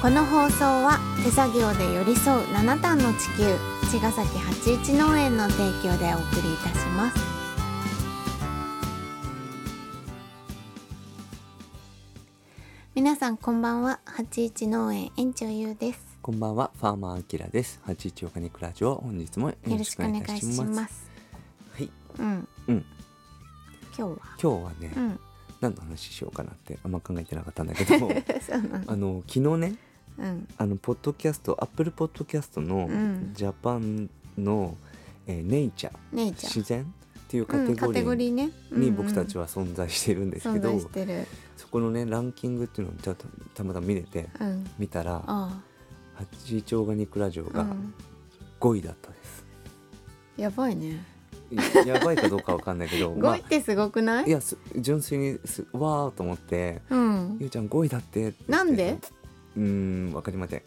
この放送は手作業で寄り添う七段の地球茅ヶ崎八一農園の提供でお送りいたします皆さんこんばんは八一農園園長ゆうですこんばんは、ファーマーアキラです。八一オカニクラジオ、本日もよよろろししくくおお願願いいいたしします。ますはい、うんうん、今日は今日はね、うん 何の話しようかなって、あんま考えてなかったんだけど。そうなのあの、昨日ね、うんあのポッドキャスト、アップルポッドキャストのうんジャパンの。えーネイチャー、姉ちゃん自然っていうカうんカテテゴゴリリー。ーねに僕たちはは存在してるんですけ存ど、在してるそこのねランキングっていうのをちょっとたまたま見れてうん見たらあ八一オーガニックラジオあ、うがん、 5位だったです、やばいねいや ばいかどうかわかんないけど5まあ位ってすごくない、いやす純粋にすわーと思ってうんゆうちゃん5位だってってなんでうーんわかりません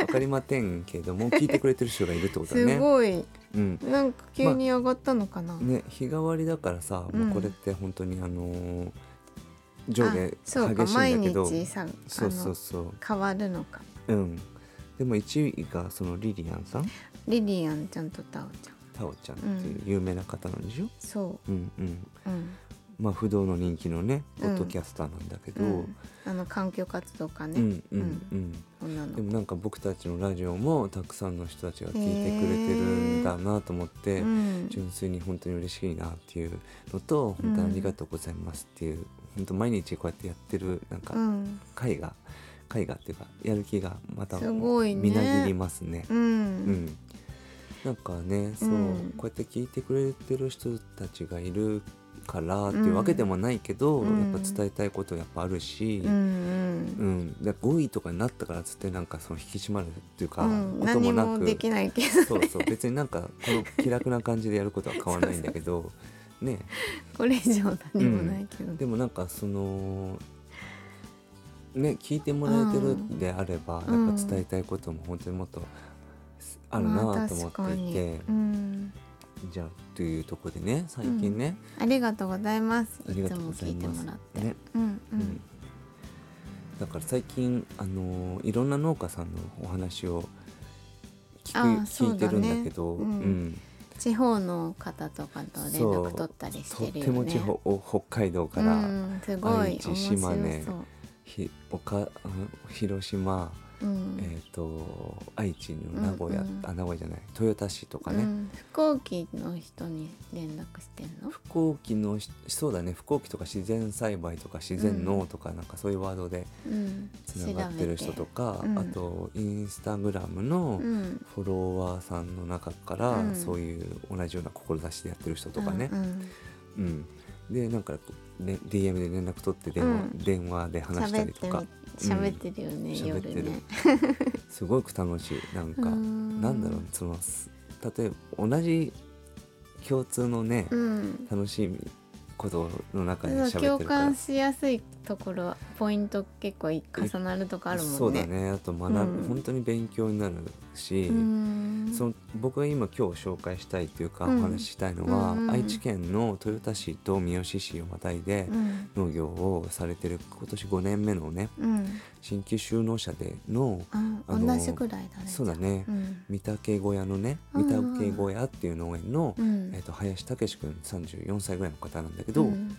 わかりませんけど も聞いてくれてる人がいるってことだねすごいうんなんか急に上がったのかな、ね日替わりだからさ、うんもうこれって本当にあのー上下あそうか激しい毎んだけど日さあそうそうのそ変わるのかううんでも1位がそのリリアンさんリリアンちゃんとタオちゃんタオちゃんっていう有名な方なんでしょ、そうん、うんう、うんまあ不動の人気のねうんポッドキャスターなんだけど、ううんん、あの環境活動家うね、んうんうん女のでもなんか僕たちのラジオもたくさんの人たちが聞いてくれてるんだなと思って、うん、純粋に本当に嬉しいなっていうのとうん本当にありがとうございますっていう、本当毎日こうやってやってるなんうかん、会が会がっていうかやる気がまたすごいねみなぎりますね。う、うんんなんかねそう、うんこうやって聞いてくれてる人たちがいるからっていうわけでもないけど、うんやっぱ伝えたいことやっぱあるし、うんうんうん、で5位とかになったからつってなんかその引き締まるっていうか、うん、ことも何なもくできないけどそうそう別になんかこの気楽な感じでやることは変わらないんだ けどねこれ以上何もないけど、でもなんかそのね聞いてもらえてるんであれば、うんやっぱ伝えたいことも本当にもっとあるなと思っていて、まあ確かにうん、じゃあというところでね最近ね、ありがとうございますあいりがつとうごもざ聞いいてますもらって、ねうんううんんだから最近あのーいろんな農家さんのお話をあ聞ーくそ聞ういてだねるんだけど、うん地方の方とかと連絡取ったりしとっるてよねても地方お北海道かうら、ん、すご愛い知面白そう、島根ひおかうん広島、うんえっ、と愛知の名古屋、うんうんあ名古屋じゃない豊田市とかね、うん、飛行機の人に連絡してんの飛行機のしそうだね飛行機とか自然栽培とか自然農とかなんかそういうワードでうんつながってる人とか、調べてうんあとインスタグラムのうん、フォロワーさんの中から、うんそういう同じような志でやってる人とかねう、んうんでなんかね DM で連絡取って電話,、うん電話でうん、話した喋りっとてかみ喋ってるよね、喋夜ってるねすごく楽しいなんか、うんなんだろうそのす例えば同じ共通のね、うん楽しいことの中でそう喋っ共てるから感しやすいところポイント結構重なるとかあるもんねそうだねあと学ぶ、うん本当に勉強になるし、うんその僕が今今日紹介したいというか、うんお話ししたいのは、うんうんうん愛知県の豊田市と三好市をまたいでうん農業をされてる今年5年目のねうん新規就農者での、ああの同じぐらいだねそうだね、うん御嶽小屋のねう御んうん嶽小屋っていう農園の、うんえっと林武君34歳ぐらいの方なんだけど、うん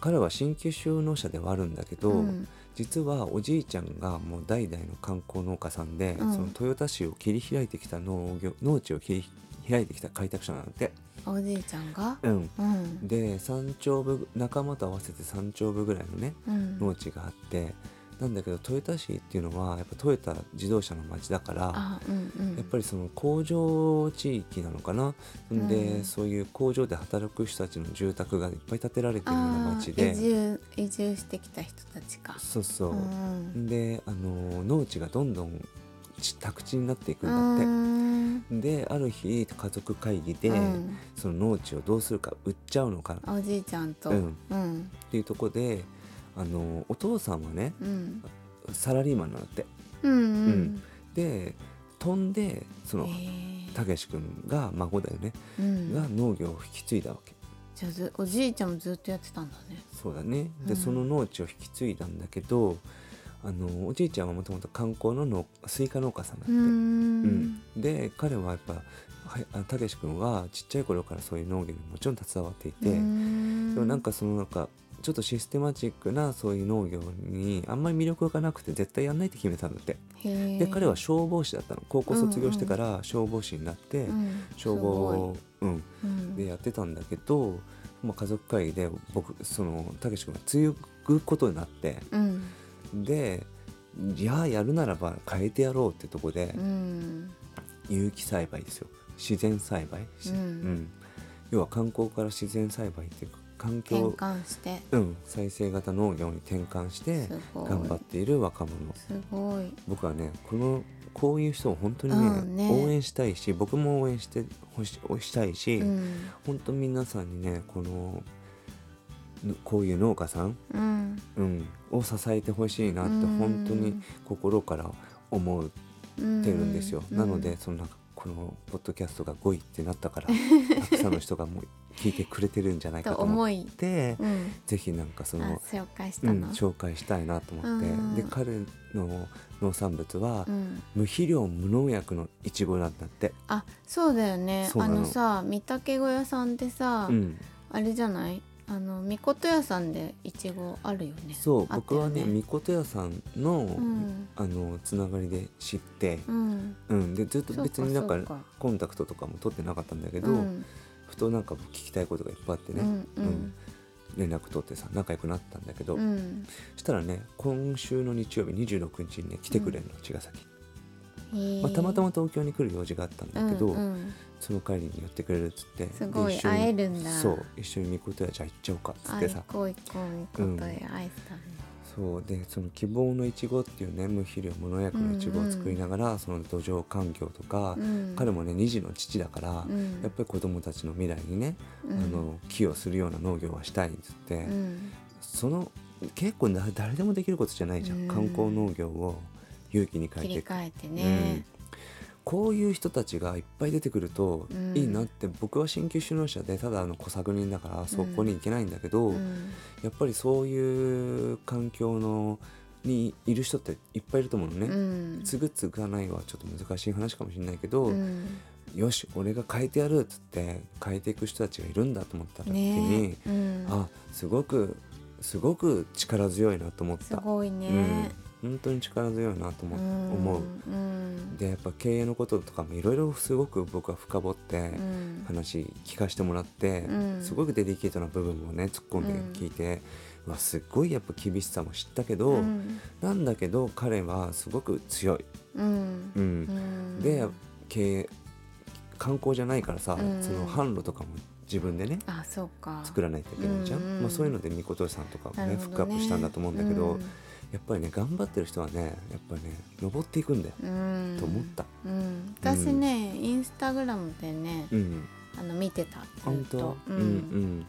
彼は新規就農者ではあるんだけど、うん実はおじいちゃんがもう代々の観光農家さんで、うんその豊田市を切り開いてきた農業農地を切り開いてきた開拓者なんだって。おじいちゃんがうん、うんで山頂部仲間と合わせて山頂部ぐらいのねうん農地があってなんだけど豊田市っていうのはやっぱトヨタ自動車の町だから。あうんうんやっぱりその工場地域なのかな、ん、うでんそういう工場で働く人たちの住宅がいっぱい建てられてるようなあー町移で住移住してきた人たちかそうそうう、んであの農地がどんどんち宅地になっていくうんだって。んである日家族会議で、うんその農地をどうするか売っちゃうのかおじいちゃんとううんんうんっていうとこであのお父さんはねうんサラリーマンなんだってうんで飛んでそへのーたけし君が孫だよね、うんが農業を引き継いだわけじゃあずおじいちゃんもずっとやってたんだねそうだねうで、んその農地を引き継いだんだけどああのおじいちゃんはもともと観光の農スイカ農家さんだって、うーうんん、で彼はやっぱはいあたけし君はちっちゃい頃からそういう農業にもちろん携わっていうて、ーでもなんかそのなんかちょっとシステマチックなそういう農業にあんまり魅力がなくて絶対やんないって決めたんだって、へでー彼は消防士だったの高校卒業してから消防士になって、うん消防を、うん、すごいうんでやってたんだけど、まあ、家族会議で僕そのたけし君が継ぐことになってうんでじゃあやるならば変えてやろうってとこでうん有機栽培ですよ自然栽培、しうんうん要は観光から自然栽培っていうか環転境、換してうん、再生型農業に転換してすごい頑張っている若者すごい僕はねこのこういう人を本当にうね,、んね応援したいし僕も応援してほししたいし、うん本当皆さんにねこのぬこういう農家さん、うんうん、を支えてほしいなってうん本当に心から思うってるんですよ、うんなのうでんそのなんかこのポッドキャストが5位ってなったから たくさんの人がもう聞いてくれてるんじゃないかとと思っ思いて、うんぜひなんかそあの、紹介しうたん、の紹介したいなと思って、うんで彼の農産物は、うん無肥料無農薬のいちごなんだって、あそうだよねそうあなののさ御嶽小屋さんってさうん、あれじゃないあのみこと屋さんでいちごあるよねそう、あった僕はよねみことやさんの、うんあのつながりで知って、うんうん、でずっと別になんそうかそうかかコンタクトとかも取ってなかったんだけど、うんふとなんか聞きたいことがいっぱいあってね、うんううんん連絡取ってさ仲良くなったんだけど、うんしたらね今週の日曜日26日にね来てくれるの茅ヶ崎、へえまあ、たまたま東京に来る用事があったんだけど、うんうんその帰りに寄ってくれるっつってすごいで一緒に会えるんだそう一緒にみことやじゃあ行っちゃおうかっつっあて行さこう行こうみこと屋愛さんそうでその希望のいちごっていうね無肥料無農薬のいちごを作りながら、その土壌環境とか、うん彼もね2児の父だから、うんやっぱり子供たちの未来にね、あの寄与するような農業はしたいっつって、うんその結構な誰でもできることじゃないじゃん、うん観光農業を勇気に切変えてりいく。替えてうんねこういう人たちがいっぱい出てくるとうんいいなって、僕は新旧首脳者でただあの小作人だからそこに行けないんだけど、うんやっぱりそういう環境のにいる人っていっぱいいると思うのうね。ん継ぐ継がないはちょっと難しい話かもしれないけど、うんよし俺が変えてやるっつって変えていく人たちがいるんだと思った時に、ねえうんあすごくすごく力強いなと思っすた。ごいうねん、本当に力強いなと思,、うん思う。うんでやっぱ経営のこととかもいろいろすごく僕は深掘ってうん話聞かせてもらって、うんすごくデリケートな部分もね突っ込んで聞いて、うわすっごいやっぱ厳しさも知ったけど、うんなんだけど彼はすごく強い。うんうんうんで経営観光じゃないからさ、うんその販路とかも自分でねあそうか作らないといけないじゃん、うんうんまあ、そういうのでみことさんとかもなねるフほックアどッねプしたんだと思うんだけど、うんやっぱりね頑張ってる人はねやっぱね登っていくんだよ、うんと思った、うん、私ね、インスタグラムでね、うん、あの見てたず本っ当と、ううんん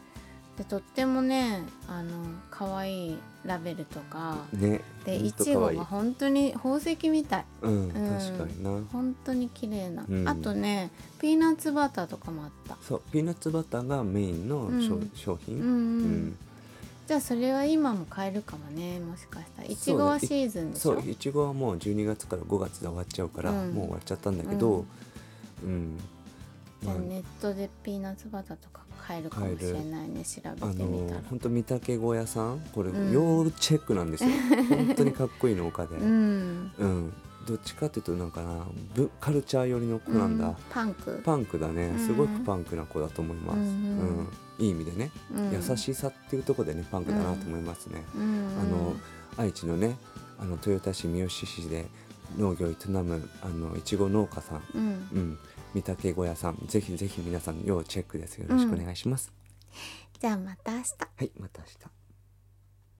でとってもねあの可愛いラベルとかうんねでほんいとち可ご愛いが本当に宝石みたいうん、うん確かにな、本当に綺麗な、うんあとねピーナッツバターとかもあったそうピーナッツバターがメインの商,、うん商うん、品、うんうんじゃあそれは今も買えるかもねもしかしたらいちごはシーズンでしそょういちごはもう12月から5月で終わっちゃうから、うんもう終わっちゃったんだけどうん、じゃあネットでピーナッツバターとか買えるかもしれないね調べあのてみたら、本当御嶽小屋さんこれ、うん要チェックなん ですよ本当にかっこいい農家で、ううんんどっちかっていうとなんかなぶカルチャー寄りの子なんだ、うパンクパンクだねうんすごくパンクな子だと思います、ううんんいい意味でね、うん優しさっていうところでねパンクだなと思いますね、あの愛知のねあの豊田市三好市で農業を営むあのいちご農家さん、うんうんうん、御嶽小屋さんぜひぜひ皆さん要チェックですよろしくお願いします、じゃあまた明日はいまた明日